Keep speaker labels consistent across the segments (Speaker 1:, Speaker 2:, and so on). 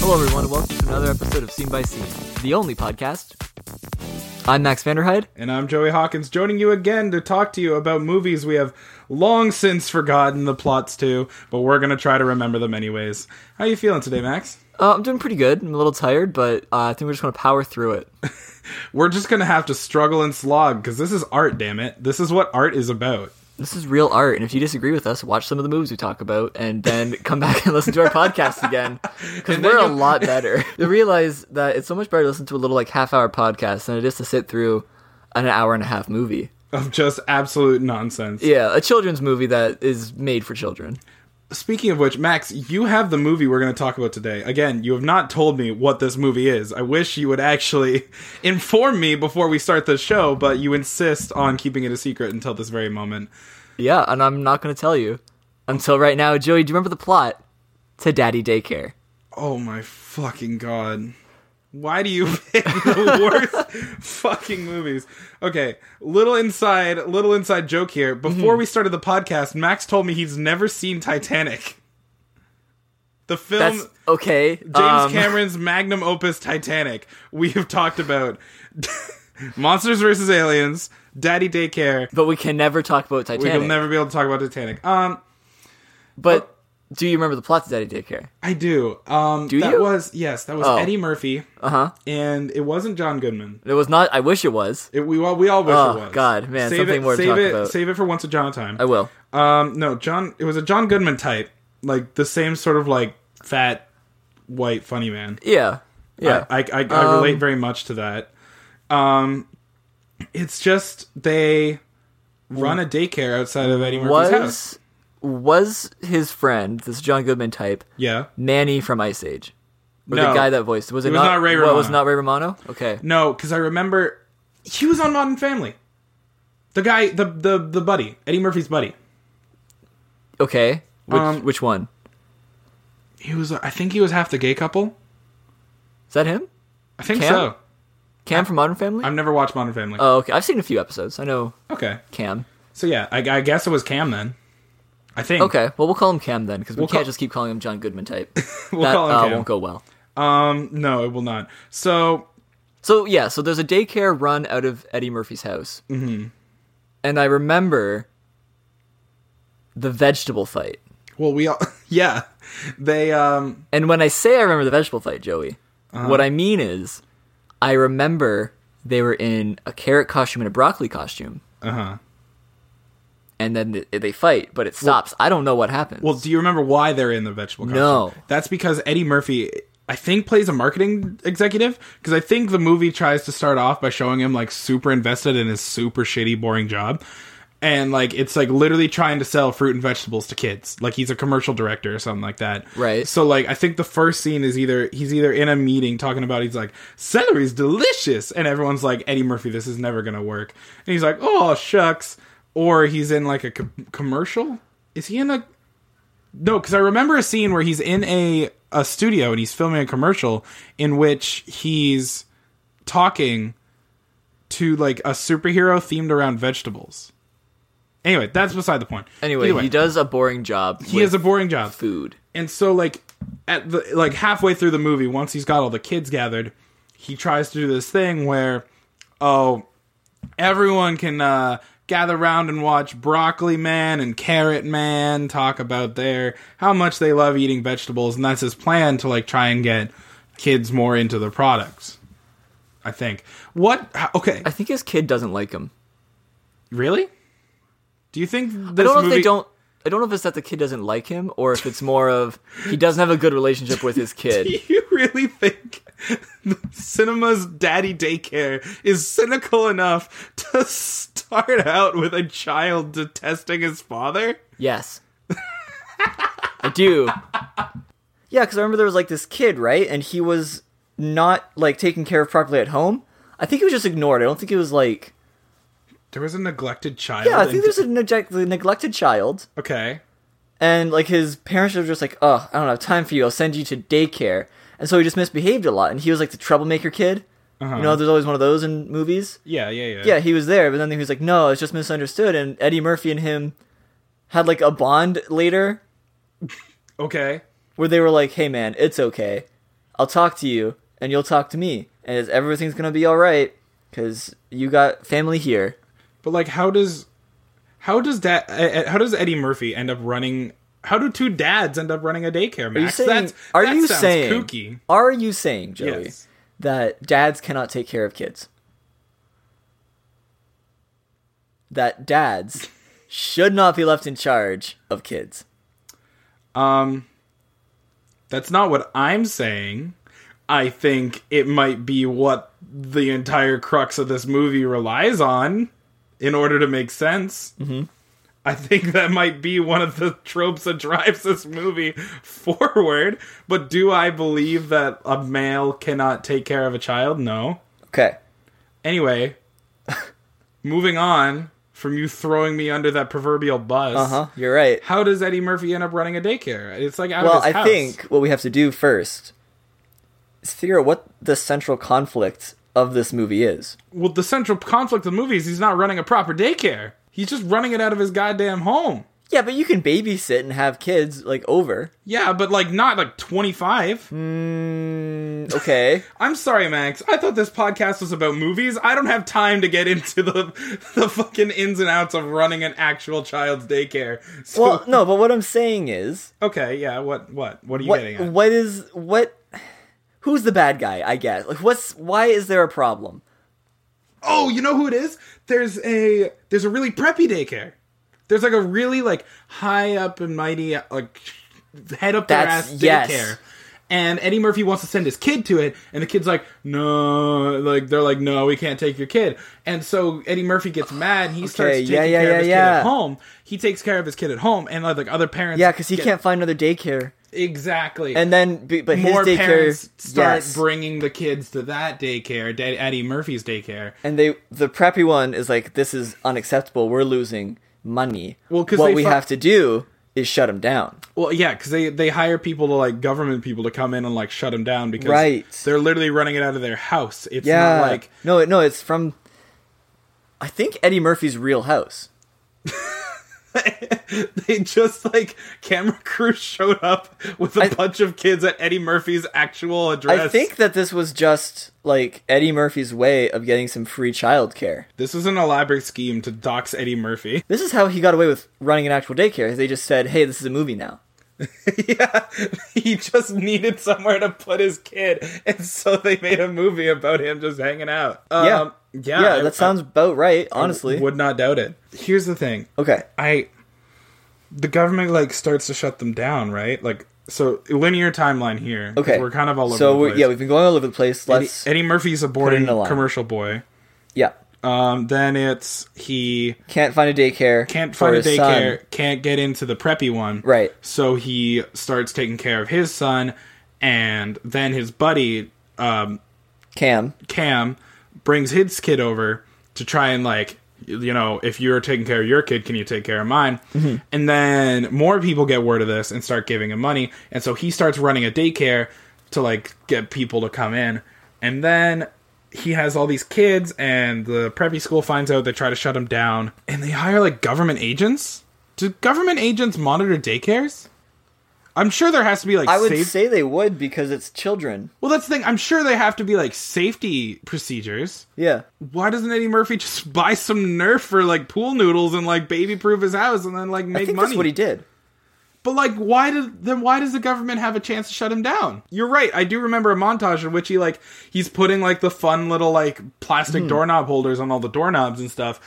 Speaker 1: Hello, everyone, and welcome to another episode of Scene by Scene, the only podcast. I'm Max Vanderhyde.
Speaker 2: And I'm Joey Hawkins, joining you again to talk to you about movies we have long since forgotten the plots to, but we're gonna try to remember them anyways. How you feeling today, Max?
Speaker 1: Uh, I'm doing pretty good. I'm a little tired, but uh, I think we're just going to power through it.
Speaker 2: We're just gonna have to struggle and slog because this is art, damn it. This is what art is about.
Speaker 1: This is real art, and if you disagree with us, watch some of the movies we talk about, and then come back and listen to our podcast again because
Speaker 2: then
Speaker 1: we're a
Speaker 2: you'll-
Speaker 1: lot better. You realize that it's so much better to listen to a little like half-hour podcast than it is to sit through an hour and a half movie.
Speaker 2: Of just absolute nonsense.
Speaker 1: Yeah, a children's movie that is made for children.
Speaker 2: Speaking of which, Max, you have the movie we're gonna talk about today. Again, you have not told me what this movie is. I wish you would actually inform me before we start the show, but you insist on keeping it a secret until this very moment.
Speaker 1: Yeah, and I'm not going to tell you until right now. Joey, do you remember the plot to Daddy Daycare?
Speaker 2: Oh my fucking god. Why do you pick the worst fucking movies? Okay, little inside, little inside joke here. Before
Speaker 1: Mm-hmm.
Speaker 2: we started the podcast, Max told me he's never seen Titanic. The film
Speaker 1: That's okay.
Speaker 2: Um, James
Speaker 1: um,
Speaker 2: Cameron's magnum opus Titanic. We have talked about Monsters vs. Aliens, Daddy Daycare.
Speaker 1: But we can never talk about
Speaker 2: We
Speaker 1: Titanic.
Speaker 2: will never be able to talk about Titanic. Um,
Speaker 1: But do you remember the plot to Daddy Daycare?
Speaker 2: I do. Um,
Speaker 1: Do
Speaker 2: that
Speaker 1: you?
Speaker 2: was yes, that was
Speaker 1: Oh.
Speaker 2: Eddie Murphy,
Speaker 1: Uh huh.
Speaker 2: and it wasn't John Goodman.
Speaker 1: It was not. I wish it was.
Speaker 2: It, we all we all wish
Speaker 1: Oh,
Speaker 2: it was.
Speaker 1: God, man,
Speaker 2: save
Speaker 1: something
Speaker 2: it,
Speaker 1: more to
Speaker 2: save
Speaker 1: talk
Speaker 2: it,
Speaker 1: about.
Speaker 2: Save it for once a John time.
Speaker 1: I will.
Speaker 2: Um, no, John. It was a John Goodman type, like the same sort of like fat, white, funny man.
Speaker 1: Yeah. Yeah.
Speaker 2: I I, I, I relate very much to that. Um, it's just they run a daycare outside of Eddie Murphy's house.
Speaker 1: was was his friend this John Goodman type
Speaker 2: Yeah.
Speaker 1: Manny from Ice Age? Or the
Speaker 2: No.
Speaker 1: guy that voiced was it,
Speaker 2: It was not Ray
Speaker 1: what, it was
Speaker 2: Romano.
Speaker 1: not Ray Romano? Okay.
Speaker 2: No, because I remember he was on Modern Family. The guy, the the the buddy, Eddie Murphy's buddy.
Speaker 1: Okay. Which
Speaker 2: Um,
Speaker 1: which one?
Speaker 2: He was. I think he was half the gay couple.
Speaker 1: Is that him?
Speaker 2: I think
Speaker 1: Cam?
Speaker 2: so.
Speaker 1: Cam from Modern Family?
Speaker 2: I've never watched Modern Family.
Speaker 1: oh, okay. I've seen a few episodes. I know
Speaker 2: okay.
Speaker 1: Cam.
Speaker 2: So yeah, I, I guess it was Cam then. I think.
Speaker 1: Okay, well we'll call him Cam then because we
Speaker 2: Hmm. We'll
Speaker 1: can't
Speaker 2: call-
Speaker 1: just keep calling him John Goodman type.
Speaker 2: We'll
Speaker 1: that
Speaker 2: call him
Speaker 1: uh,
Speaker 2: Cam.
Speaker 1: won't go well.
Speaker 2: Um, no, it will not. So
Speaker 1: So yeah, so there's a daycare run out of Eddie Murphy's house, mm-hmm. and I remember the vegetable fight.
Speaker 2: well, we all yeah, they um
Speaker 1: And when I say I remember the vegetable fight, Joey,
Speaker 2: Uh-huh.
Speaker 1: what I mean is I remember they were in a carrot costume and a broccoli costume,
Speaker 2: uh huh.
Speaker 1: and then th- they fight, but it stops. I don't know what happens.
Speaker 2: Well, do you remember why they're in the vegetable costume?
Speaker 1: No.
Speaker 2: That's because Eddie Murphy, I think, plays a marketing executive. Because I think the movie tries to start off by showing him like super invested in his super shitty, boring job. And like it's like literally trying to sell fruit and vegetables to kids. Like he's a commercial director or something like that.
Speaker 1: Right.
Speaker 2: So like I think the first scene is either he's either in a meeting talking about he's like, celery's delicious and everyone's like, Eddie Murphy, this is never gonna work. And he's like, Oh shucks. Or he's in like a co- commercial. Is he in a no, because I remember a scene where he's in a a studio and he's filming a commercial in which he's talking to like a superhero themed around vegetables. Anyway, that's beside the point.
Speaker 1: anyway,
Speaker 2: Either way,
Speaker 1: he does a boring job.
Speaker 2: he has a boring job,
Speaker 1: food.
Speaker 2: and so like at the like halfway through the movie, once he's got all the kids gathered, he tries to do this thing where oh everyone can uh, gather round and watch Broccoli Man and Carrot Man talk about their how much they love eating vegetables, and that's his plan to like try and get kids more into the products. I think. What? how- Okay,
Speaker 1: I think his kid doesn't like him.
Speaker 2: really? Do you think this
Speaker 1: I don't know
Speaker 2: movie?
Speaker 1: if they don't. I don't know if it's that the kid doesn't like him or if it's more of he doesn't have a good relationship with his kid.
Speaker 2: Do you really think cinema's daddy daycare is cynical enough to start out with a child detesting his father?
Speaker 1: Yes, I do. Yeah, because I remember there was like this kid, right, and he was not like taken care of properly at home. I think he was just ignored. I don't think he was like.
Speaker 2: There was a neglected child.
Speaker 1: Yeah, I
Speaker 2: and-
Speaker 1: think there's a neg- neglected child,
Speaker 2: okay.
Speaker 1: and like his parents were just like, "Oh, I don't have time for you. I'll send you to daycare." And so he just misbehaved a lot, and he was like the troublemaker kid. You know, there's always one of those in movies.
Speaker 2: Yeah, yeah, yeah.
Speaker 1: Yeah, he was there, but then he was like, "No, it's just misunderstood." And Eddie Murphy and him had like a bond later
Speaker 2: Okay.
Speaker 1: where they were like, "Hey, man, it's okay. I'll talk to you, and you'll talk to me, and it's- everything's gonna be all right because you got family here."
Speaker 2: But like, how does how does that uh, how does Eddie Murphy end up running? How do two dads end up running a daycare? Max?
Speaker 1: Are you saying?
Speaker 2: That's,
Speaker 1: are
Speaker 2: that
Speaker 1: you
Speaker 2: sounds
Speaker 1: saying?
Speaker 2: kooky?
Speaker 1: Are you saying, Joey,
Speaker 2: Yes.
Speaker 1: that dads cannot take care of kids? That dads should not be left in charge of kids.
Speaker 2: Um, that's not what I'm saying. I think it might be what the entire crux of this movie relies on in order to make sense. Mm-hmm. I think that might be one of the tropes that drives this movie forward. But do I believe that a male cannot take care of a child? No.
Speaker 1: Okay.
Speaker 2: Anyway, moving on from you throwing me under that proverbial bus.
Speaker 1: Uh huh. You're right.
Speaker 2: How does Eddie Murphy end up running a daycare? It's like out
Speaker 1: Well,
Speaker 2: of his
Speaker 1: I
Speaker 2: house.
Speaker 1: think what we have to do first is figure out what the central conflict of this movie is.
Speaker 2: Well, the central conflict of the movie is he's not running a proper daycare. He's just running it out of his goddamn home.
Speaker 1: Yeah, but you can babysit and have kids like over.
Speaker 2: Yeah, but like not like 25.
Speaker 1: Mm, okay.
Speaker 2: I'm sorry, Max. I thought this podcast was about movies. I don't have time to get into the the fucking ins and outs of running an actual child's daycare. So,
Speaker 1: well, no, but what I'm saying is
Speaker 2: okay, yeah. What what what are you getting
Speaker 1: what
Speaker 2: at?
Speaker 1: what is what who's the bad guy, I guess. Like what's why is there a problem?
Speaker 2: Oh, you know who it is? There's a there's a really preppy daycare. There's like a really like high up and mighty like head up their
Speaker 1: That's-
Speaker 2: ass daycare.
Speaker 1: yes.
Speaker 2: And Eddie Murphy wants to send his kid to it, and the kid's like, "No!" Like they're like, "No, we can't take your kid." And so Eddie Murphy gets mad, and he starts taking
Speaker 1: yeah, yeah,
Speaker 2: care
Speaker 1: yeah,
Speaker 2: of his kid
Speaker 1: yeah.
Speaker 2: at home. He takes care of his kid at home, and like other parents,
Speaker 1: Yeah, cuz he
Speaker 2: get-
Speaker 1: can't find another daycare.
Speaker 2: exactly.
Speaker 1: And then b- but
Speaker 2: more
Speaker 1: his daycare
Speaker 2: parents start
Speaker 1: yes.
Speaker 2: bringing the kids to that daycare, Dad- Eddie Murphy's daycare,
Speaker 1: and they the preppy one is like this is unacceptable. We're losing money.
Speaker 2: Well, 'cause
Speaker 1: what
Speaker 2: they
Speaker 1: we
Speaker 2: fi-
Speaker 1: have to do is shut him down.
Speaker 2: Well, yeah, because they they hire people to like government people to come in and like shut them down because
Speaker 1: Right.
Speaker 2: they're literally running it out of their house. It's
Speaker 1: Yeah.
Speaker 2: not like
Speaker 1: no, it- no, it's from I think Eddie Murphy's Real House.
Speaker 2: they just like camera crew showed up with a
Speaker 1: I-
Speaker 2: bunch of kids at Eddie Murphy's actual address.
Speaker 1: I think that this was just like Eddie Murphy's way of getting some free childcare.
Speaker 2: this is an elaborate scheme to dox Eddie Murphy.
Speaker 1: This is how he got away with running an actual daycare. They just said, "Hey, this is a movie now."
Speaker 2: yeah, he just needed somewhere to put his kid, and so they made a movie about him just hanging out. Um,
Speaker 1: Yeah.
Speaker 2: yeah, I-
Speaker 1: that sounds about right, honestly.
Speaker 2: I would not doubt it. Here's the thing.
Speaker 1: okay.
Speaker 2: I the government like starts to shut them down, right? Like so linear timeline here. 'cause
Speaker 1: Okay.
Speaker 2: we're kind of all over
Speaker 1: so
Speaker 2: the
Speaker 1: we're-
Speaker 2: place.
Speaker 1: yeah, we've been going all over the place.
Speaker 2: Eddie,
Speaker 1: Let's
Speaker 2: Eddie Murphy's aborting
Speaker 1: in a line.
Speaker 2: commercial boy.
Speaker 1: yeah.
Speaker 2: Um, then it's he
Speaker 1: Can't find a daycare.
Speaker 2: can't
Speaker 1: for
Speaker 2: find a
Speaker 1: his son.
Speaker 2: daycare, can't get into the preppy one,
Speaker 1: Right.
Speaker 2: So he starts taking care of his son, and then his buddy um,
Speaker 1: Cam.
Speaker 2: Cam brings his kid over to try and like you know if you're taking care of your kid can you take care of mine
Speaker 1: Mm-hmm.
Speaker 2: and then more people get word of this and start giving him money and so he starts running a daycare to like get people to come in and then he has all these kids and the preppy school finds out they try to shut him down and they hire like government agents do government agents monitor daycares i'm sure there has to be like
Speaker 1: I would
Speaker 2: safe-
Speaker 1: say they would because it's children.
Speaker 2: well that's the thing i'm sure they have to be like safety procedures
Speaker 1: Yeah.
Speaker 2: why doesn't Eddie Murphy just buy some Nerf for like pool noodles and like baby proof his house and then like
Speaker 1: I
Speaker 2: make
Speaker 1: think
Speaker 2: money?
Speaker 1: that's what he did.
Speaker 2: but like, why did then why does the government have a chance to shut him down? You're right. I do remember a montage in which he like he's putting like the fun little like
Speaker 1: Hmm.
Speaker 2: plastic doorknob holders on all the doorknobs and stuff.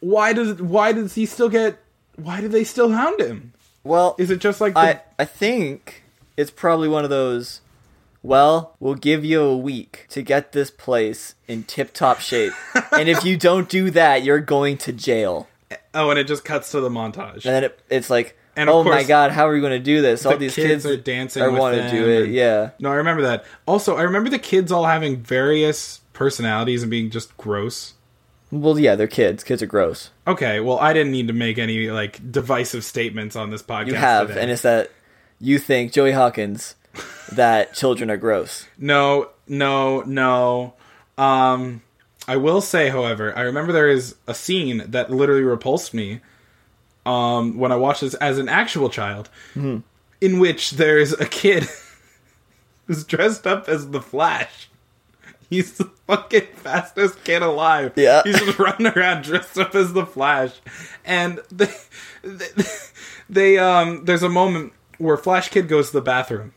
Speaker 2: Why does why does he still get? Why do they still hound him?
Speaker 1: Well,
Speaker 2: Is it just like the,
Speaker 1: I I think it's probably one of those. Well, we'll give you a week to get this place in tip-top shape, and if you don't do that, you're going to jail.
Speaker 2: oh, and it just cuts to the montage.
Speaker 1: And then it, it's like,
Speaker 2: And of
Speaker 1: oh my
Speaker 2: course,
Speaker 1: god, how are we going to do this? All
Speaker 2: the
Speaker 1: these
Speaker 2: kids
Speaker 1: kids,
Speaker 2: are dancing with
Speaker 1: want to do
Speaker 2: them
Speaker 1: it.
Speaker 2: and-
Speaker 1: Yeah,
Speaker 2: No, I remember that. Also, I remember the kids all having various personalities and being just gross.
Speaker 1: well, yeah, they're kids. Kids are gross.
Speaker 2: Okay, well, I didn't need to make any like divisive statements on this podcast.
Speaker 1: You have,
Speaker 2: today.
Speaker 1: and it's that you think Joey Hawkins that children are gross.
Speaker 2: no. no, no. Um, I will say, however, I remember there is a scene that literally repulsed me um, when I watched this as an actual child, in which there's a kid who's dressed up as the Flash. He's the fucking fastest kid alive.
Speaker 1: Yeah.
Speaker 2: he's just running around dressed up as the Flash, and they, they, they um, there's a moment where Flash Kid goes to the bathroom,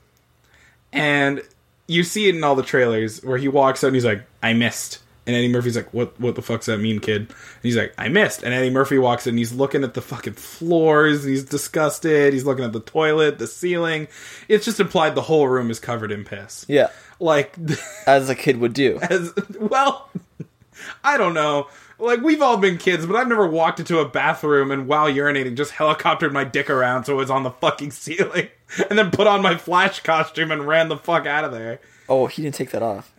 Speaker 2: and you see it in all the trailers where he walks out and he's like, "I missed." And Eddie Murphy's like, "What? What the fuck's that mean, kid?" And he's like, "I missed." And Eddie Murphy walks in. and He's looking at the fucking floors. And he's disgusted. He's looking at the toilet, the ceiling. It's just implied the whole room is covered in piss.
Speaker 1: Yeah,
Speaker 2: Like,
Speaker 1: as a kid would do.
Speaker 2: as well, I don't know. Like we've all been kids, but I've never walked into a bathroom and while urinating just helicoptered my dick around so it was on the fucking ceiling, and then put on my Flash costume and ran the fuck out of there.
Speaker 1: Oh, he didn't take that off.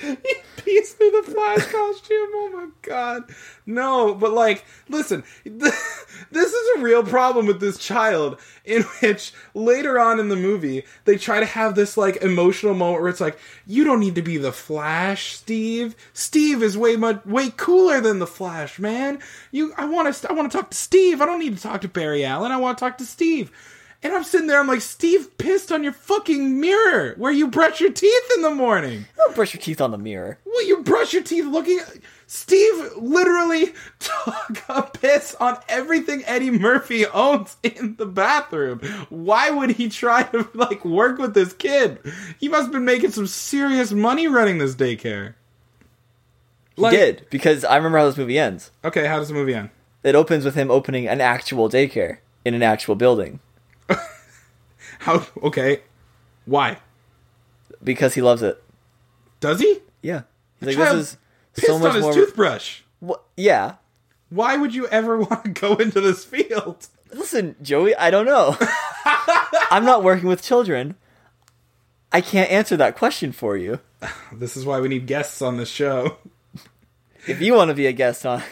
Speaker 2: he pees through the flash costume. Oh my god. No, but like, listen, this is a real problem with this child. In which later on in the movie, they try to have this like emotional moment where it's like, you don't need to be the Flash, Steve. Steve is way much way cooler than the Flash, man. You, I want to, I want to talk to Steve. I don't need to talk to Barry Allen. I want to talk to Steve. And I'm sitting there, I'm like, Steve pissed on your fucking mirror where you brush your teeth in the morning.
Speaker 1: Don't brush your teeth on the mirror.
Speaker 2: Well, you brush your teeth looking. Steve literally took a piss on everything Eddie Murphy owns in the bathroom. Why would he try to like work with this kid? He must have been making some serious money running this daycare. Like,
Speaker 1: he did because I remember how this movie ends.
Speaker 2: Okay, how does the movie end?
Speaker 1: It opens with him opening an actual daycare in an actual building
Speaker 2: How? Okay, why
Speaker 1: because he loves it.
Speaker 2: does he
Speaker 1: Yeah, he's like
Speaker 2: child
Speaker 1: this is
Speaker 2: pissed
Speaker 1: so much
Speaker 2: on his
Speaker 1: more.
Speaker 2: toothbrush?
Speaker 1: Wha- yeah,
Speaker 2: Why would you ever want to go into this field?
Speaker 1: Listen, Joey, I don't know. I'm not working with children. I can't answer that question for you.
Speaker 2: This is why we need guests on the show.
Speaker 1: If you want to be a guest on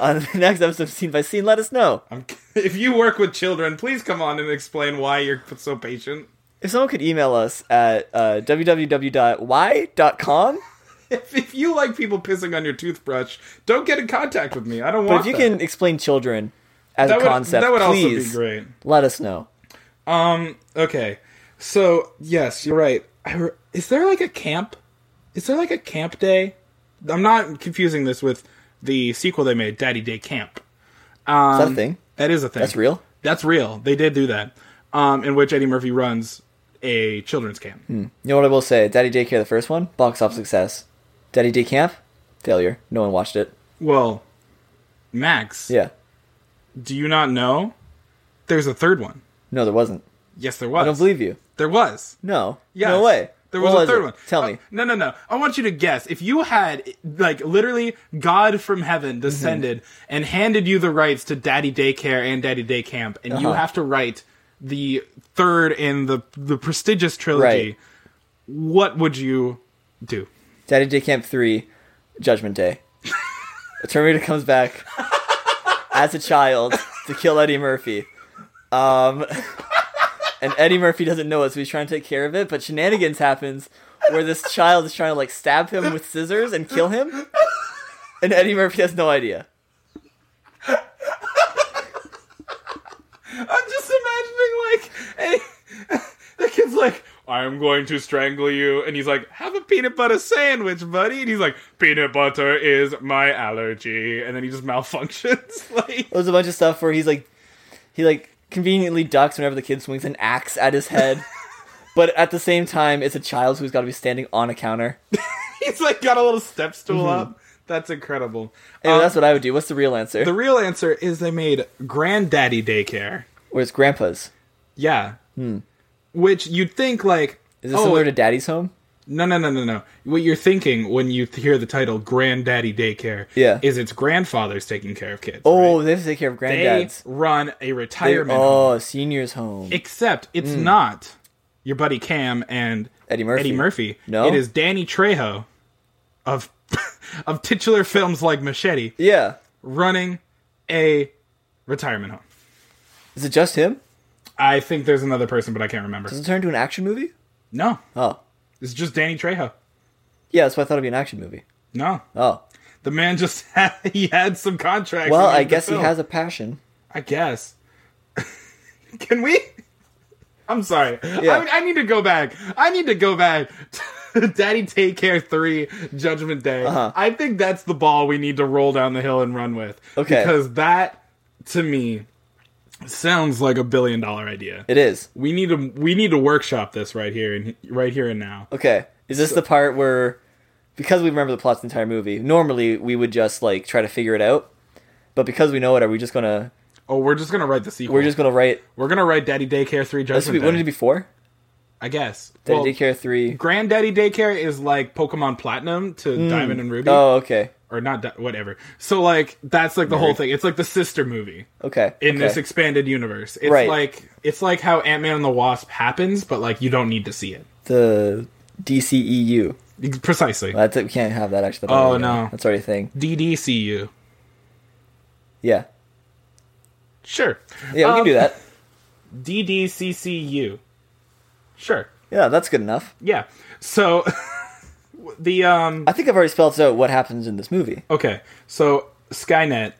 Speaker 1: on the next episode of Scene by Scene, let us know.
Speaker 2: I'm, if you work with children, please come on and explain why you're so patient.
Speaker 1: If someone could email us at uh, www.y.com,
Speaker 2: If, if you like people pissing on your toothbrush, don't get in contact with me. I don't
Speaker 1: but
Speaker 2: want.
Speaker 1: if you
Speaker 2: that.
Speaker 1: can explain children as
Speaker 2: that
Speaker 1: a
Speaker 2: would,
Speaker 1: concept,
Speaker 2: that would
Speaker 1: please
Speaker 2: also be great.
Speaker 1: let us know.
Speaker 2: Um. Okay. So yes, you're right. I re- is there like a camp? Is there like a camp day? I'm not confusing this with the sequel they made, Daddy Day Camp. Um,
Speaker 1: Is that a thing?
Speaker 2: That is a thing.
Speaker 1: That's real?
Speaker 2: That's real. They did do that. Um, in which Eddie Murphy runs a children's camp.
Speaker 1: You know what I will say? Daddy Daycare, the first one, box office success. Daddy Day Camp, failure. No one watched it.
Speaker 2: Well, Max,
Speaker 1: Yeah.
Speaker 2: do you not know? There's a third one.
Speaker 1: No, there wasn't.
Speaker 2: Yes, there was.
Speaker 1: I don't believe you.
Speaker 2: there was.
Speaker 1: No.
Speaker 2: Yes.
Speaker 1: No way.
Speaker 2: There was
Speaker 1: What
Speaker 2: a third
Speaker 1: it?
Speaker 2: one.
Speaker 1: Tell
Speaker 2: Uh,
Speaker 1: me.
Speaker 2: No, no, no. I want you to guess. If you had, like, literally God from
Speaker 1: Mm-hmm.
Speaker 2: heaven descended and handed you the rights to Daddy Daycare and Daddy Day Camp, and you
Speaker 1: Uh-huh.
Speaker 2: have to write the third in the the prestigious trilogy,
Speaker 1: Right.
Speaker 2: what would you do?
Speaker 1: Daddy Day Camp 3, Judgment Day. a Terminator comes back as a child to kill Eddie Murphy. Um, and Eddie Murphy doesn't know it, so he's trying to take care of it, but shenanigans happens where this child is trying to, like, stab him with scissors and kill him, and Eddie Murphy has no idea.
Speaker 2: I'm just imagining like a, the kid's like, I'm going to strangle you, and he's like, Have a peanut butter sandwich, buddy, and he's like, Peanut butter is my allergy, and then he just malfunctions. like,
Speaker 1: There's a bunch of stuff where he's, like, he, like, conveniently ducks whenever the kid swings an axe at his head, but at the same time, it's a child who's got to be standing on a counter.
Speaker 2: he's like got a little step stool up. That's incredible.
Speaker 1: Anyway, Mm-hmm.
Speaker 2: Um,
Speaker 1: that's what I would do. What's the real answer?
Speaker 2: the real answer is they made Granddaddy Daycare.
Speaker 1: Or it's grandpa's.
Speaker 2: Yeah, which you'd think like.
Speaker 1: Hmm. Is this
Speaker 2: oh,
Speaker 1: similar to Daddy's Home?
Speaker 2: No, no, no, no, no. What you're thinking when you th- hear the title "Granddaddy Daycare"
Speaker 1: Yeah.
Speaker 2: is it's grandfathers taking care of kids.
Speaker 1: Oh,
Speaker 2: right?
Speaker 1: they have to take care of
Speaker 2: they
Speaker 1: granddads.
Speaker 2: run a
Speaker 1: They-
Speaker 2: retirement home.
Speaker 1: oh, seniors home.
Speaker 2: Except it's not your buddy Cam and
Speaker 1: Eddie Murphy.
Speaker 2: Eddie Murphy.
Speaker 1: No?
Speaker 2: it is Danny Trejo of of titular films like Machete
Speaker 1: yeah.
Speaker 2: running a retirement home.
Speaker 1: Is it just him?
Speaker 2: I think there's another person, but I can't remember.
Speaker 1: Does it turn into an action movie?
Speaker 2: No,
Speaker 1: Oh,
Speaker 2: it's just Danny Trejo.
Speaker 1: yeah, that's why I thought it'd be an action movie.
Speaker 2: No,
Speaker 1: Oh,
Speaker 2: the man just had, he had some contracts.
Speaker 1: well,
Speaker 2: he
Speaker 1: I
Speaker 2: needed to
Speaker 1: guess he
Speaker 2: fill.
Speaker 1: has a passion.
Speaker 2: I guess. Can we? I'm sorry.
Speaker 1: Yeah.
Speaker 2: I, I need to go back. I need to go back. to Daddy Take Care 3 Judgment Day.
Speaker 1: Uh-huh.
Speaker 2: I think that's the ball we need to roll down the hill and run with.
Speaker 1: Okay.
Speaker 2: Because that to me sounds like a billion dollar idea.
Speaker 1: It is
Speaker 2: we need to we need to workshop this right here and right here and now.
Speaker 1: okay. Is this the part where, because we remember the plot of the entire movie, normally we would just like try to figure it out, but because we know it, are we just gonna
Speaker 2: Oh, we're just gonna write the sequel.
Speaker 1: we're just gonna write?
Speaker 2: we're gonna write Daddy Daycare Three
Speaker 1: This would be,
Speaker 2: Judgment
Speaker 1: wouldn't
Speaker 2: Day.
Speaker 1: it be four?
Speaker 2: I guess.
Speaker 1: Daddy
Speaker 2: well,
Speaker 1: Daycare three.
Speaker 2: Granddaddy Daycare is like Pokemon Platinum to Diamond and Ruby.
Speaker 1: Oh, okay,
Speaker 2: or not di- whatever. So like that's like the whole thing. It's like the sister movie
Speaker 1: okay.
Speaker 2: in
Speaker 1: okay.
Speaker 2: this expanded universe. It's
Speaker 1: Right.
Speaker 2: like it's like how Ant Man and the Wasp happens, but like you don't need to see it
Speaker 1: the DCEU.
Speaker 2: Ex- precisely.
Speaker 1: That's it. We can't have that actually.
Speaker 2: Oh,
Speaker 1: Yeah.
Speaker 2: no.
Speaker 1: that's already a thing.
Speaker 2: DDCU.
Speaker 1: Yeah,
Speaker 2: Sure.
Speaker 1: yeah, we
Speaker 2: Um,
Speaker 1: can do that.
Speaker 2: DDCCU. Sure.
Speaker 1: Yeah, that's good enough.
Speaker 2: Yeah. So the um
Speaker 1: I think I've already spelled out what happens in this movie.
Speaker 2: okay. So Skynet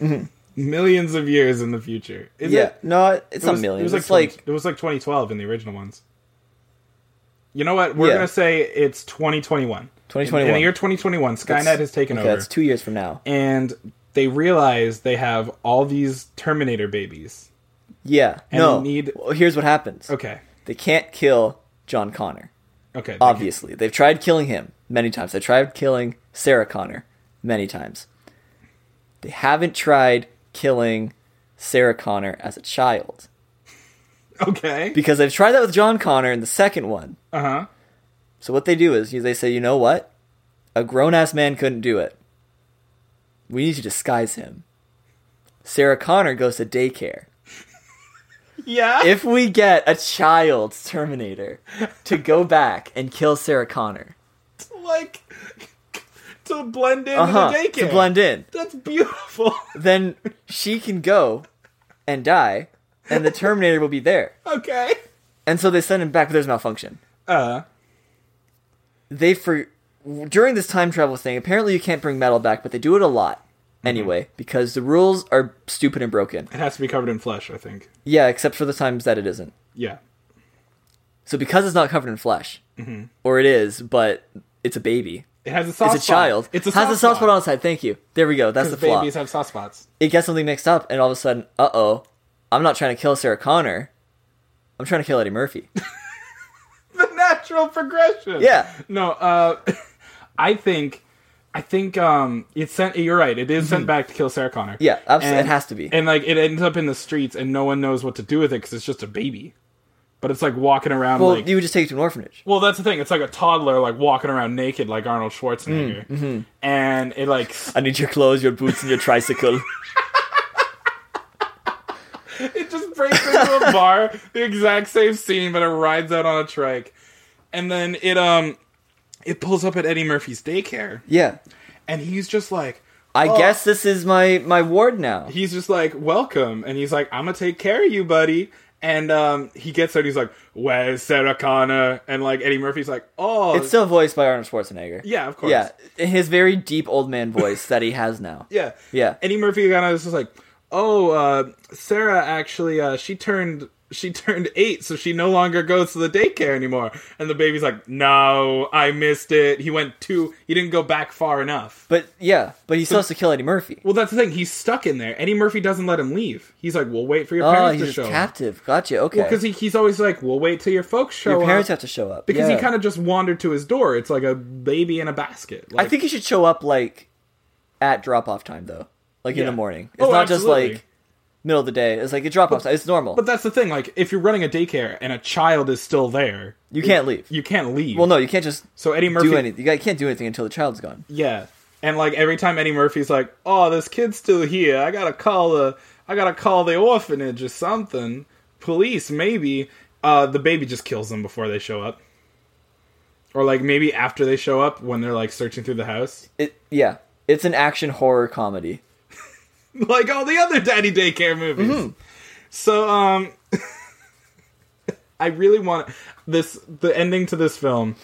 Speaker 2: millions of years in the future. Is
Speaker 1: Mm-hmm. yeah,
Speaker 2: it?
Speaker 1: no, it- it's
Speaker 2: It
Speaker 1: not
Speaker 2: was,
Speaker 1: millions.
Speaker 2: It was like,
Speaker 1: it's like
Speaker 2: 20 it was like 2012 in the original ones. You know what? We're
Speaker 1: Yeah.
Speaker 2: gonna say it's 2021. In, in
Speaker 1: 2021.
Speaker 2: the year 2021, Skynet
Speaker 1: That's-
Speaker 2: has taken
Speaker 1: okay,
Speaker 2: over,
Speaker 1: it's two years from now.
Speaker 2: and they realize they have all these Terminator babies.
Speaker 1: Yeah,
Speaker 2: And
Speaker 1: no.
Speaker 2: they need-
Speaker 1: Well, here's what happens.
Speaker 2: Okay.
Speaker 1: They can't kill John Connor.
Speaker 2: Okay. they can-
Speaker 1: Obviously, they've tried killing him many times. They tried killing Sarah Connor many times. They haven't tried killing Sarah Connor as a child
Speaker 2: Okay.
Speaker 1: because they've tried that with John Connor in the second one.
Speaker 2: Uh huh.
Speaker 1: So what they do is they say, you know what? A grown ass man couldn't do it. We need to disguise him. Sarah Connor goes to daycare.
Speaker 2: Yeah.
Speaker 1: If we get a child's Terminator to go back and kill Sarah Connor,
Speaker 2: like to blend in
Speaker 1: uh-huh,
Speaker 2: the daycare.
Speaker 1: to blend in,
Speaker 2: That's beautiful.
Speaker 1: then she can go and die, and the Terminator will be there.
Speaker 2: okay.
Speaker 1: And so they send him back, but there's malfunction.
Speaker 2: Uh
Speaker 1: they for during this time travel thing apparently you can't bring metal back but they do it a lot
Speaker 2: Mm-hmm.
Speaker 1: anyway because the rules are stupid and broken
Speaker 2: it has to be covered in flesh, I think.
Speaker 1: yeah except for the times that it isn't
Speaker 2: Yeah.
Speaker 1: so because it's not covered in flesh or it is but it's a baby
Speaker 2: It has a Mm-hmm. soft
Speaker 1: it's
Speaker 2: spot.
Speaker 1: a child
Speaker 2: It's a
Speaker 1: has
Speaker 2: soft
Speaker 1: a soft spot on its side thank you there we go that's the
Speaker 2: Because
Speaker 1: flaw
Speaker 2: babies have soft spots.
Speaker 1: it gets something mixed up and all of a sudden uh-oh i'm not trying to kill sarah connor i'm trying to kill eddie murphy
Speaker 2: The natural progression.
Speaker 1: Yeah.
Speaker 2: No, uh I think I think um it's sent you're right, it is sent back to kill Sarah Connor.
Speaker 1: Yeah, abso- it has to be.
Speaker 2: And like it ends up in the streets and no one knows what to do with it because it's just a baby. But it's like walking around
Speaker 1: well
Speaker 2: like
Speaker 1: you would just take it to an orphanage
Speaker 2: Well, that's the thing. It's like a toddler like walking around naked, like Arnold Schwarzenegger, and it like
Speaker 1: i need your clothes your boots and your tricycle
Speaker 2: it just breaks into a bar, the exact same scene, but it rides out on a trike, and then it um it pulls up at Eddie Murphy's daycare,
Speaker 1: yeah
Speaker 2: and he's just like,
Speaker 1: i
Speaker 2: Oh.
Speaker 1: guess this is my my ward now
Speaker 2: he's just like, welcome, and he's like, I'm gonna take care of you, buddy. And um, he gets there and he's like, Where's Sarah Connor? And like Eddie Murphy's like, Oh,
Speaker 1: It's still voiced by Arnold Schwarzenegger.
Speaker 2: yeah, of course.
Speaker 1: Yeah. in His very deep old man voice that he has now.
Speaker 2: Yeah.
Speaker 1: Yeah.
Speaker 2: Eddie Murphy kind of was just like, "Oh, uh, Sarah actually uh, she turned she turned 8, so she no longer goes to the daycare anymore." And the baby's like, "No, I missed it. He went too he didn't go back far enough."
Speaker 1: But yeah, but he's supposed to kill Eddie Murphy.
Speaker 2: Well, that's the thing. He's stuck in there. Eddie Murphy doesn't let him leave. He's like, "We'll wait for your
Speaker 1: Oh,
Speaker 2: parents
Speaker 1: he's
Speaker 2: to show."
Speaker 1: just captive. Gotcha. Okay.
Speaker 2: Because he, he's always like, "We'll wait till your folks show
Speaker 1: Your parents
Speaker 2: up."
Speaker 1: have to show up.
Speaker 2: because
Speaker 1: yeah.
Speaker 2: he kind of just wandered to his door. It's like a baby in a basket.
Speaker 1: I
Speaker 2: Like,
Speaker 1: think he should show up like at drop off time though, like in
Speaker 2: Yeah.
Speaker 1: the morning. It's
Speaker 2: Oh,
Speaker 1: not
Speaker 2: absolutely.
Speaker 1: just like middle of the day. It's like a drop off time. It's normal.
Speaker 2: But that's the thing. Like, if you're running a daycare and a child is still there,
Speaker 1: you can't leave.
Speaker 2: you can't leave.
Speaker 1: well, no, you can't just
Speaker 2: So Eddie Murphy,
Speaker 1: do anything. You can't do anything until the child's gone.
Speaker 2: yeah, and like every time Eddie Murphy's like, "Oh, this kid's still here. I gotta call the, I gotta call the orphanage or something, police maybe." Uh, the baby just kills them before they show up, or like maybe after they show up when they're like searching through the house,
Speaker 1: It. Yeah. It's an action horror comedy. Mm-hmm.
Speaker 2: like all the other Daddy Daycare movies. So um, I really want this the ending to this film.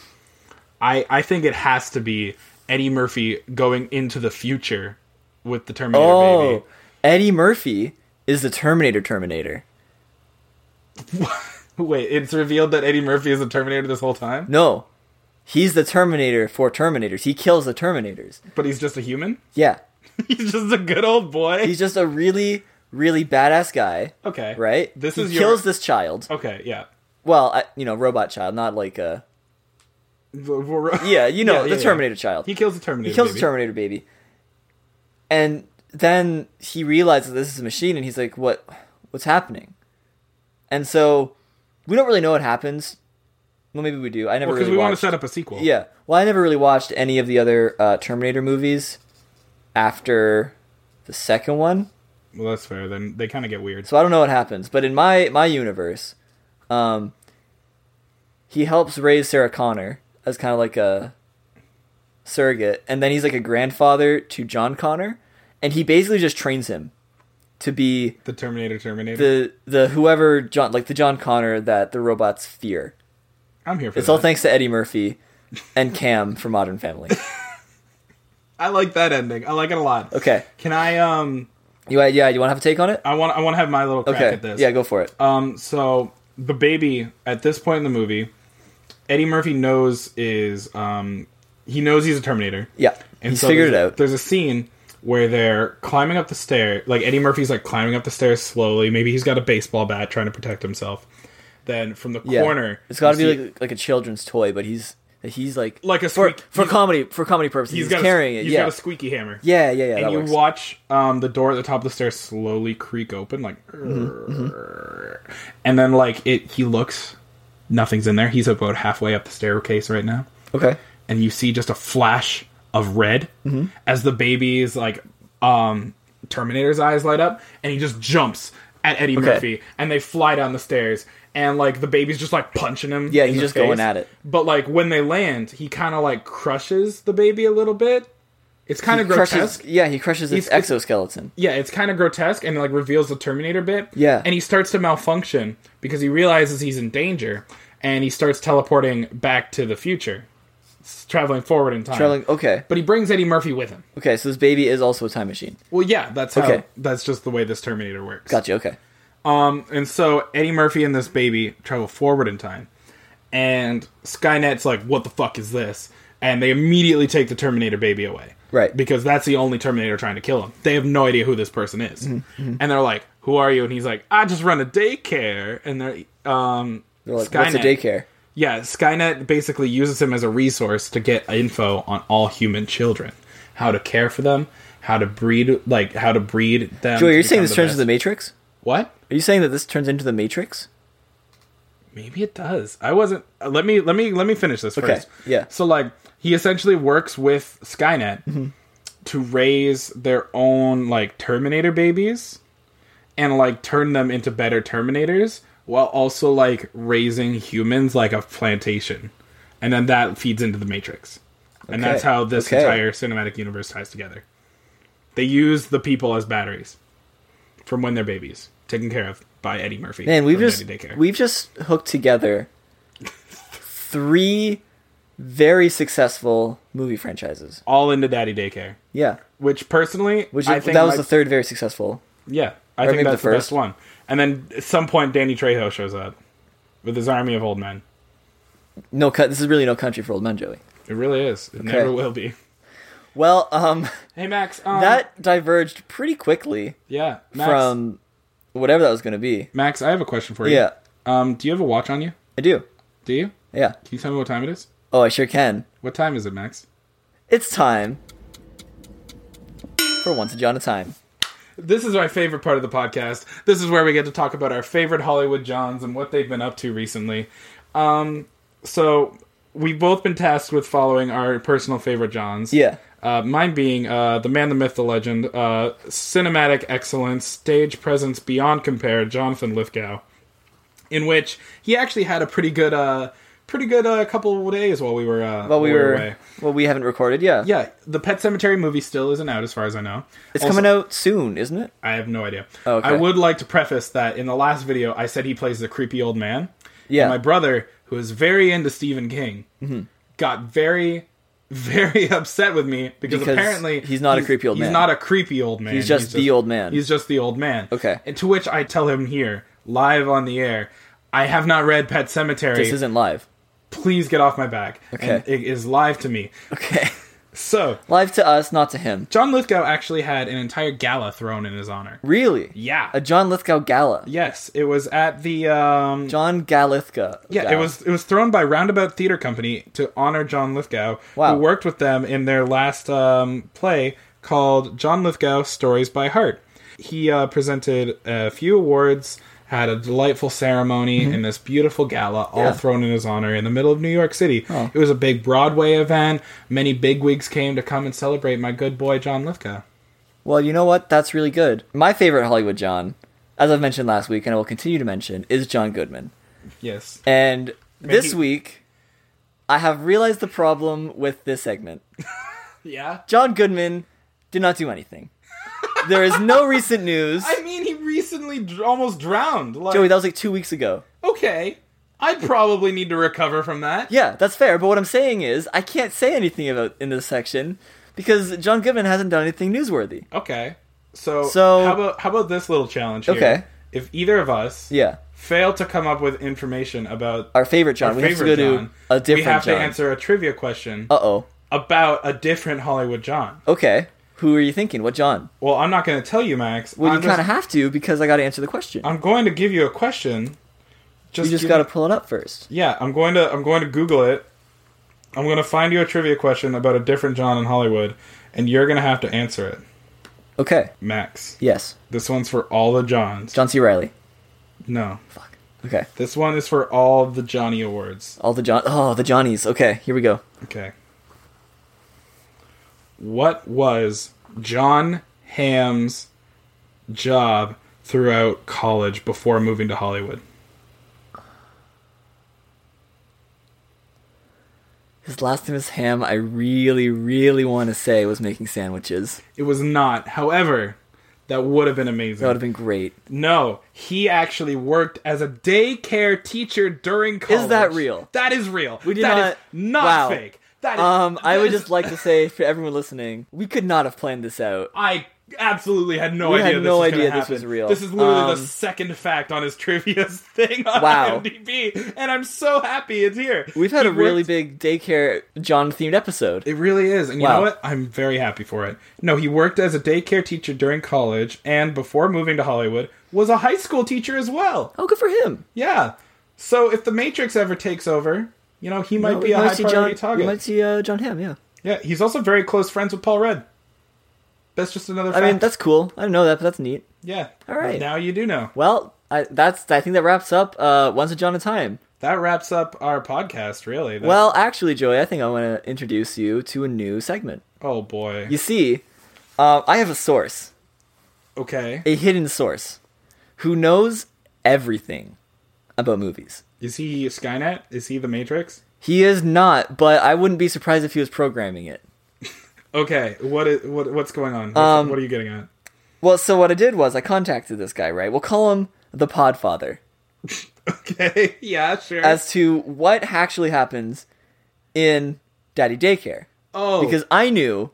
Speaker 2: I I think it has to be Eddie Murphy going into the future with the Terminator
Speaker 1: Oh,
Speaker 2: baby.
Speaker 1: Eddie Murphy is the Terminator Terminator.
Speaker 2: Wait, it's revealed that Eddie Murphy is a Terminator this whole time,
Speaker 1: No, he's the Terminator for Terminators. He kills the Terminators.
Speaker 2: but he's just a human.
Speaker 1: Yeah,
Speaker 2: he's just a good old boy.
Speaker 1: he's just a really, really badass guy,
Speaker 2: okay,
Speaker 1: right?
Speaker 2: This
Speaker 1: he
Speaker 2: is your
Speaker 1: kills this child.
Speaker 2: okay, yeah.
Speaker 1: Well, I, you know, robot child, not like a yeah, you know, the Terminator child.
Speaker 2: He kills the Terminator.
Speaker 1: He kills the
Speaker 2: baby.
Speaker 1: Terminator baby. And then he realizes this is a machine and he's like, What what's happening? And so we don't really know what happens. Well maybe we do. I never
Speaker 2: Because
Speaker 1: really
Speaker 2: we want to
Speaker 1: watched.
Speaker 2: set up a sequel.
Speaker 1: Yeah. Well I never really watched any of the other uh, Terminator movies after the second one.
Speaker 2: Well, that's fair. Then they kind of get weird.
Speaker 1: So I don't know what happens. But in my my universe, um he helps raise Sarah Connor as kind of like a surrogate, and then he's like a grandfather to John Connor, and he basically just trains him to be
Speaker 2: The Terminator, Terminator.
Speaker 1: the the whoever John like the John Connor that the robots fear.
Speaker 2: I'm here for
Speaker 1: It's
Speaker 2: that.
Speaker 1: all thanks to Eddie Murphy and Cam from Modern Family.
Speaker 2: I like that ending. I like it a lot.
Speaker 1: Okay,
Speaker 2: Can I um?
Speaker 1: you yeah, you want to have a take on it?
Speaker 2: I want I want to have my little crack
Speaker 1: Okay,
Speaker 2: at this.
Speaker 1: yeah, go for it.
Speaker 2: Um. So the baby at this point in the movie, Eddie Murphy knows is um he knows he's a Terminator.
Speaker 1: Yeah, he's
Speaker 2: so
Speaker 1: figured it
Speaker 2: there's-
Speaker 1: out.
Speaker 2: There's a scene where they're climbing up the stair. Like Eddie Murphy's like climbing up the stairs slowly. Maybe he's got a baseball bat trying to protect himself. Then from the
Speaker 1: Yeah.
Speaker 2: corner,
Speaker 1: It's got to
Speaker 2: you
Speaker 1: be
Speaker 2: see-
Speaker 1: like like a children's toy, but he's he's like
Speaker 2: Like a
Speaker 1: for,
Speaker 2: squeak-
Speaker 1: for
Speaker 2: he's-
Speaker 1: comedy for comedy purposes. He's,
Speaker 2: he's got
Speaker 1: carrying
Speaker 2: a,
Speaker 1: it.
Speaker 2: He's
Speaker 1: Yeah.
Speaker 2: got a squeaky hammer.
Speaker 1: yeah, yeah, yeah,
Speaker 2: and
Speaker 1: that
Speaker 2: you
Speaker 1: works.
Speaker 2: watch um, the door at the top of the stairs slowly creak open, like, and then like it. He looks, nothing's in there. He's about halfway up the staircase right now,
Speaker 1: okay.
Speaker 2: and you see just a flash of red
Speaker 1: Mm-hmm.
Speaker 2: as the baby's like um, Terminator's eyes light up, and he just jumps at Eddie Murphy, and they fly down the stairs. And like the baby's just like punching him.
Speaker 1: Yeah,
Speaker 2: in
Speaker 1: he's
Speaker 2: the
Speaker 1: just going
Speaker 2: face.
Speaker 1: at it.
Speaker 2: But like when they land, he kind of like crushes the baby a little bit. It's kind of grotesque.
Speaker 1: Crushes, yeah, he crushes his
Speaker 2: He's- it's-
Speaker 1: exoskeleton.
Speaker 2: Yeah, it's kind of grotesque and like reveals the Terminator bit.
Speaker 1: Yeah.
Speaker 2: And he starts to malfunction because he realizes he's in danger and he starts teleporting back to the future, s- traveling forward in time.
Speaker 1: Traveling. oh. Okay.
Speaker 2: But he brings Eddie Murphy with him.
Speaker 1: Okay. So this baby is also a time machine.
Speaker 2: Well, yeah, that's how.
Speaker 1: Okay.
Speaker 2: That's just the way this Terminator works.
Speaker 1: Gotcha. Okay.
Speaker 2: Um, and so Eddie Murphy and this baby travel forward in time, and Skynet's like, "What the fuck is this?" And they immediately take the Terminator baby away,
Speaker 1: Right.
Speaker 2: Because that's the only Terminator trying to kill him. They have no idea who this person is,
Speaker 1: Mm-hmm,
Speaker 2: and they're like, "Who are you?" And he's like, "I just run a daycare." And they're um,
Speaker 1: They're like, what's a daycare?
Speaker 2: yeah, Skynet basically uses him as a resource to get info on all human children, how to care for them, how to breed, like how to breed them.
Speaker 1: Joey,
Speaker 2: to
Speaker 1: you're saying
Speaker 2: become
Speaker 1: this turns into the
Speaker 2: best.
Speaker 1: Matrix?
Speaker 2: what?
Speaker 1: Are you saying that this turns into the Matrix?
Speaker 2: Maybe it does. I wasn't. uh, Let me let me let me finish this first.
Speaker 1: yeah.
Speaker 2: So like he essentially works with Skynet
Speaker 1: Mm-hmm.
Speaker 2: to raise their own like Terminator babies, and like turn them into better Terminators, while also like raising humans like a plantation, and then that feeds into the Matrix, and
Speaker 1: Okay.
Speaker 2: that's how this
Speaker 1: Okay.
Speaker 2: entire cinematic universe ties together. They use the people as batteries from when they're babies, taken care of by Eddie Murphy.
Speaker 1: Man, we've
Speaker 2: from
Speaker 1: just
Speaker 2: Daddy Daycare.
Speaker 1: we've just hooked together three very successful movie franchises.
Speaker 2: all into Daddy Daycare.
Speaker 1: Yeah.
Speaker 2: Which personally,
Speaker 1: Which
Speaker 2: I
Speaker 1: is-
Speaker 2: think
Speaker 1: that was
Speaker 2: my-
Speaker 1: the third very successful.
Speaker 2: yeah, I
Speaker 1: maybe
Speaker 2: think that's
Speaker 1: the
Speaker 2: the,
Speaker 1: first.
Speaker 2: best one. And then at some point, Danny Trejo shows up with his army of old men.
Speaker 1: No, cut. This is really no country for old men, Joey.
Speaker 2: It really is. It never will be.
Speaker 1: Well, um,
Speaker 2: Hey Max, um,
Speaker 1: that diverged pretty quickly
Speaker 2: yeah, Max,
Speaker 1: from whatever that was going to be.
Speaker 2: Max. I have a question for you.
Speaker 1: Yeah,
Speaker 2: Um, do you have a watch on you?
Speaker 1: I do.
Speaker 2: Do you? Can
Speaker 1: Yeah.
Speaker 2: you tell me what time it is?
Speaker 1: Oh, I sure can.
Speaker 2: What time is it, Max?
Speaker 1: It's time for Once a John a Time.
Speaker 2: This is my favorite part of the podcast. This is where we get to talk about our favorite Hollywood Johns and what they've been up to recently. Um, so we've both been tasked with following our personal favorite Johns.
Speaker 1: Yeah.
Speaker 2: Uh, mine being uh, the man, the myth, the legend, uh, cinematic excellence, stage presence beyond compare, Jonathan Lithgow, in which he actually had a pretty good, uh, pretty good uh, couple of days while we were uh,
Speaker 1: Well, we were.
Speaker 2: away.
Speaker 1: Well, we haven't recorded. Yeah.
Speaker 2: Yeah, the Pet Cemetery movie still isn't out, as far as I know.
Speaker 1: It's coming out soon, isn't it?
Speaker 2: I have no idea.
Speaker 1: Oh, okay.
Speaker 2: I would like to preface that in the last video, I said he plays the creepy old man,
Speaker 1: Yeah. Mm-hmm.
Speaker 2: And my brother, who is very into Stephen King, got very, very upset with me because,
Speaker 1: Because
Speaker 2: apparently
Speaker 1: he's not a creepy old man.
Speaker 2: He's not a creepy old man.
Speaker 1: He's just the old man.
Speaker 2: He's just the old man.
Speaker 1: Okay.
Speaker 2: And to which I tell him here, live on the air, I have not read Pet Cemetery.
Speaker 1: This isn't live.
Speaker 2: Please get off my back.
Speaker 1: Okay.
Speaker 2: And it is live to me.
Speaker 1: Okay.
Speaker 2: So
Speaker 1: live to us, not to him.
Speaker 2: John Lithgow actually had an entire gala thrown in his honor.
Speaker 1: Really?
Speaker 2: Yeah.
Speaker 1: A John Lithgow gala.
Speaker 2: Yes, it was at the um,
Speaker 1: John Galithka.
Speaker 2: Yeah, it was it was thrown by Roundabout Theater Company to honor John Lithgow,
Speaker 1: Wow.
Speaker 2: who worked with them in their last um, play called John Lithgow Stories by Heart. He uh, presented a few awards, had a delightful ceremony in this beautiful gala, all
Speaker 1: Mm-hmm. Yeah. Oh.
Speaker 2: thrown in his honor in the middle of New York City. It was a big Broadway event. Many bigwigs came to come and celebrate my good boy John Lithgow.
Speaker 1: Well, you know what? That's really good. My favorite Hollywood John, as I've mentioned last week and I will continue to mention, is John Goodman.
Speaker 2: Yes,
Speaker 1: And this
Speaker 2: he-
Speaker 1: week, I have realized the problem with this segment.
Speaker 2: yeah.
Speaker 1: John Goodman did not do anything. There is no recent news.
Speaker 2: I mean, he recently dr- almost drowned. Like,
Speaker 1: Joey, that was like two weeks ago.
Speaker 2: okay, I probably need to recover from that.
Speaker 1: Yeah, that's fair. But what I'm saying is, I can't say anything about in this section because John Goodman hasn't done anything newsworthy.
Speaker 2: Okay. So,
Speaker 1: So-
Speaker 2: how about how about this little challenge here?
Speaker 1: Okay.
Speaker 2: If either of us
Speaker 1: Yeah,
Speaker 2: fail to come up with information about
Speaker 1: our favorite John.
Speaker 2: our
Speaker 1: we have to
Speaker 2: favorite
Speaker 1: go
Speaker 2: John,
Speaker 1: to a different
Speaker 2: we have
Speaker 1: John.
Speaker 2: to answer a trivia question
Speaker 1: Uh oh.
Speaker 2: about a different Hollywood John.
Speaker 1: Okay. Who are you thinking? What John?
Speaker 2: Well, I'm not going to tell you, Max.
Speaker 1: Well,
Speaker 2: I'm,
Speaker 1: you kind of
Speaker 2: just-
Speaker 1: have to because I got to answer the question.
Speaker 2: I'm going to give you a question. Just
Speaker 1: you just
Speaker 2: give
Speaker 1: got to
Speaker 2: me-
Speaker 1: pull it up first.
Speaker 2: Yeah, I'm going to I'm going to Google it. I'm going to find you a trivia question about a different John in Hollywood, and you're going to have to answer it,
Speaker 1: Okay.
Speaker 2: Max.
Speaker 1: Yes.
Speaker 2: This one's for all the Johns.
Speaker 1: John C. Riley.
Speaker 2: No.
Speaker 1: Fuck. Okay.
Speaker 2: This one is for all the Johnny Awards.
Speaker 1: All the John. Oh, the Johnnies. Okay. Here we go.
Speaker 2: Okay. What was John Ham's job throughout college before moving to Hollywood?
Speaker 1: His last name is Ham. I really, really want to say was making sandwiches.
Speaker 2: It was not. However, that would have been amazing.
Speaker 1: That would have been great.
Speaker 2: no, he actually worked as a daycare teacher during college.
Speaker 1: that real?
Speaker 2: That is real.
Speaker 1: We did
Speaker 2: That is
Speaker 1: not-
Speaker 2: not
Speaker 1: wow.
Speaker 2: fake. That is,
Speaker 1: Um, I
Speaker 2: that
Speaker 1: would
Speaker 2: is-
Speaker 1: just like to say for everyone listening, we could not have planned this out.
Speaker 2: I absolutely had no
Speaker 1: We
Speaker 2: idea.
Speaker 1: had
Speaker 2: this
Speaker 1: no
Speaker 2: was gonna
Speaker 1: idea this
Speaker 2: happen.
Speaker 1: was real.
Speaker 2: This is literally the
Speaker 1: Um,
Speaker 2: second fact on his trivia thing on
Speaker 1: Wow.
Speaker 2: IMDb, and I'm so happy it's here.
Speaker 1: We've had
Speaker 2: He
Speaker 1: a really
Speaker 2: worked-
Speaker 1: big daycare John themed episode.
Speaker 2: It really is, and you
Speaker 1: Wow.
Speaker 2: know what? I'm very happy for it. No, he worked as a daycare teacher during college, and before moving to Hollywood, was a high school teacher as well.
Speaker 1: Oh, good for him.
Speaker 2: Yeah. So if the Matrix ever takes over, you know he might be
Speaker 1: You
Speaker 2: a
Speaker 1: might
Speaker 2: high
Speaker 1: see
Speaker 2: priority
Speaker 1: John,
Speaker 2: target.
Speaker 1: You might see uh, John Hamm. Yeah.
Speaker 2: Yeah, he's also very close friends with Paul Rudd. That's just another.
Speaker 1: I
Speaker 2: Fact.
Speaker 1: mean, that's cool. I didn't know that, but that's neat.
Speaker 2: yeah.
Speaker 1: All right.
Speaker 2: Now you do know.
Speaker 1: Well, I, that's I think that wraps up uh, once a John a time.
Speaker 2: That wraps up our podcast, really. That's-
Speaker 1: Well, actually, Joey, I think I want to introduce you to a new segment.
Speaker 2: oh boy.
Speaker 1: You see, uh, I have a source,
Speaker 2: okay.
Speaker 1: a hidden source, who knows everything about movies.
Speaker 2: Is he Skynet? Is he the Matrix?
Speaker 1: He is not, but I wouldn't be surprised if he was programming it.
Speaker 2: Okay. What is what? What's going on? What's-
Speaker 1: Um,
Speaker 2: what are you getting at?
Speaker 1: Well, so what I did was I contacted this guy, right? We'll call him the Podfather,
Speaker 2: Okay. Yeah. Sure.
Speaker 1: as to what actually happens in Daddy Daycare.
Speaker 2: oh.
Speaker 1: Because I knew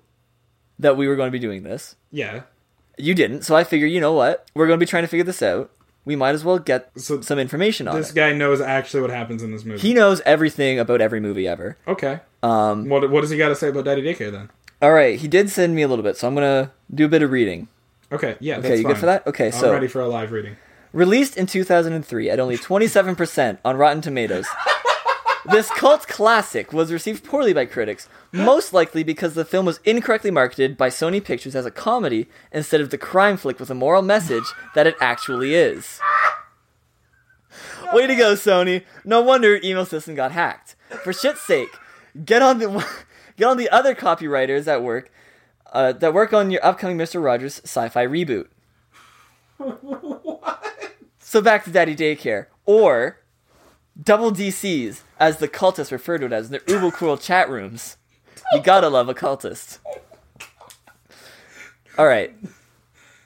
Speaker 1: that we were going to be doing this.
Speaker 2: yeah.
Speaker 1: You didn't, so I figure, you know what? We're going to be trying to figure this out. We might as well get
Speaker 2: So
Speaker 1: some information on
Speaker 2: This
Speaker 1: it.
Speaker 2: guy knows actually what happens in this movie.
Speaker 1: He knows everything about every movie ever.
Speaker 2: okay. Um. What What does he got to say about Daddy Daycare then?
Speaker 1: All right, he did send me a little bit, so I'm going to do a bit of reading.
Speaker 2: Okay. Yeah.
Speaker 1: Okay, you good for that? Okay,
Speaker 2: I'm
Speaker 1: so
Speaker 2: ready for a live reading.
Speaker 1: Released in 2003 at only 27% on Rotten Tomatoes, this cult classic was received poorly by critics, most likely because the film was incorrectly marketed by Sony Pictures as a comedy instead of the crime flick with a moral message that it actually is. Way to go, Sony! No wonder your email system got hacked. For shit's sake, get on the get on the other copywriters at work uh, that work on your upcoming Mister Rogers sci-fi reboot. So back to Daddy Daycare, or double DCs, as the cultists refer to it as in their uber cool chat rooms. You gotta love a cultist. All right,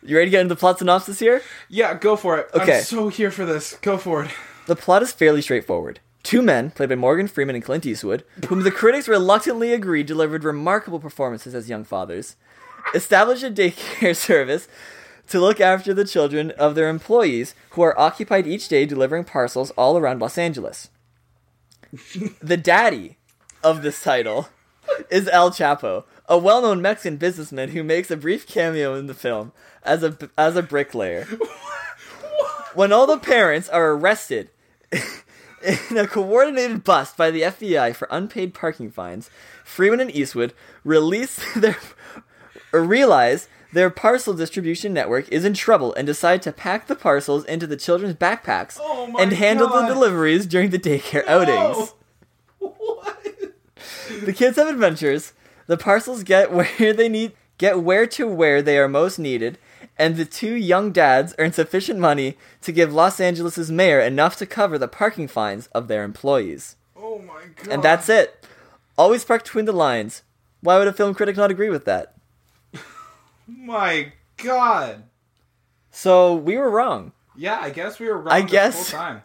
Speaker 1: you ready to get into the plot synopsis here?
Speaker 2: Yeah. Go for it.
Speaker 1: Okay.
Speaker 2: I'm so here for this. Go for it.
Speaker 1: The plot is fairly straightforward. Two men, played by Morgan Freeman and Clint Eastwood, whom the critics reluctantly agreed delivered remarkable performances as young fathers, establish a daycare service to look after the children of their employees who are occupied each day delivering parcels all around Los Angeles. the daddy of this title is El Chapo, a well-known Mexican businessman who makes a brief cameo in the film as a as a bricklayer. when all the parents are arrested in a coordinated bust by the FBI for unpaid parking fines, Freeman and Eastwood release their or realize their parcel distribution network is in trouble and decide to pack the parcels into the children's backpacks
Speaker 2: Oh my
Speaker 1: and handle
Speaker 2: God.
Speaker 1: the deliveries during the daycare outings.
Speaker 2: Oh, What?
Speaker 1: The kids have adventures. The parcels get where they need get where to where they are most needed, and the two young dads earn sufficient money to give Los Angeles' mayor enough to cover the parking fines of their employees.
Speaker 2: Oh my god.
Speaker 1: And that's it. Always parked between the lines. Why would a film critic not agree with that?
Speaker 2: my god.
Speaker 1: So we were wrong.
Speaker 2: Yeah, I guess we were wrong
Speaker 1: I
Speaker 2: this
Speaker 1: guess-
Speaker 2: whole time.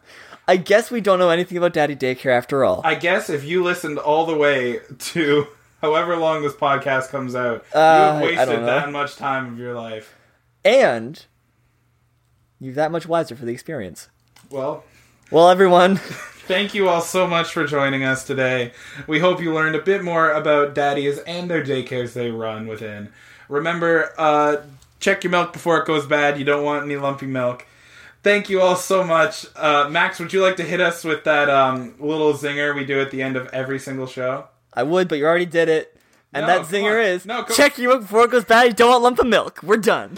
Speaker 1: I guess we don't know anything about Daddy Daycare after all.
Speaker 2: I guess if you listened all the way to however long this podcast comes out,
Speaker 1: Uh, I
Speaker 2: you've
Speaker 1: don't know.
Speaker 2: wasted that much time of your life.
Speaker 1: and you're that much wiser for the experience.
Speaker 2: Well,
Speaker 1: Well, everyone,
Speaker 2: Thank you all so much for joining us today. We hope you learned a bit more about daddies and their daycares they run within. Remember, uh, check your milk before it goes bad. You don't want any lumpy milk. Thank you all so much. Uh, Max, would you like to hit us with that um, little zinger we do at the end of every single show?
Speaker 1: I would, but you already did it. And
Speaker 2: No,
Speaker 1: that
Speaker 2: come
Speaker 1: zinger
Speaker 2: on.
Speaker 1: is
Speaker 2: No, go-
Speaker 1: check your milk before it goes bad. You don't want lump of milk. We're done.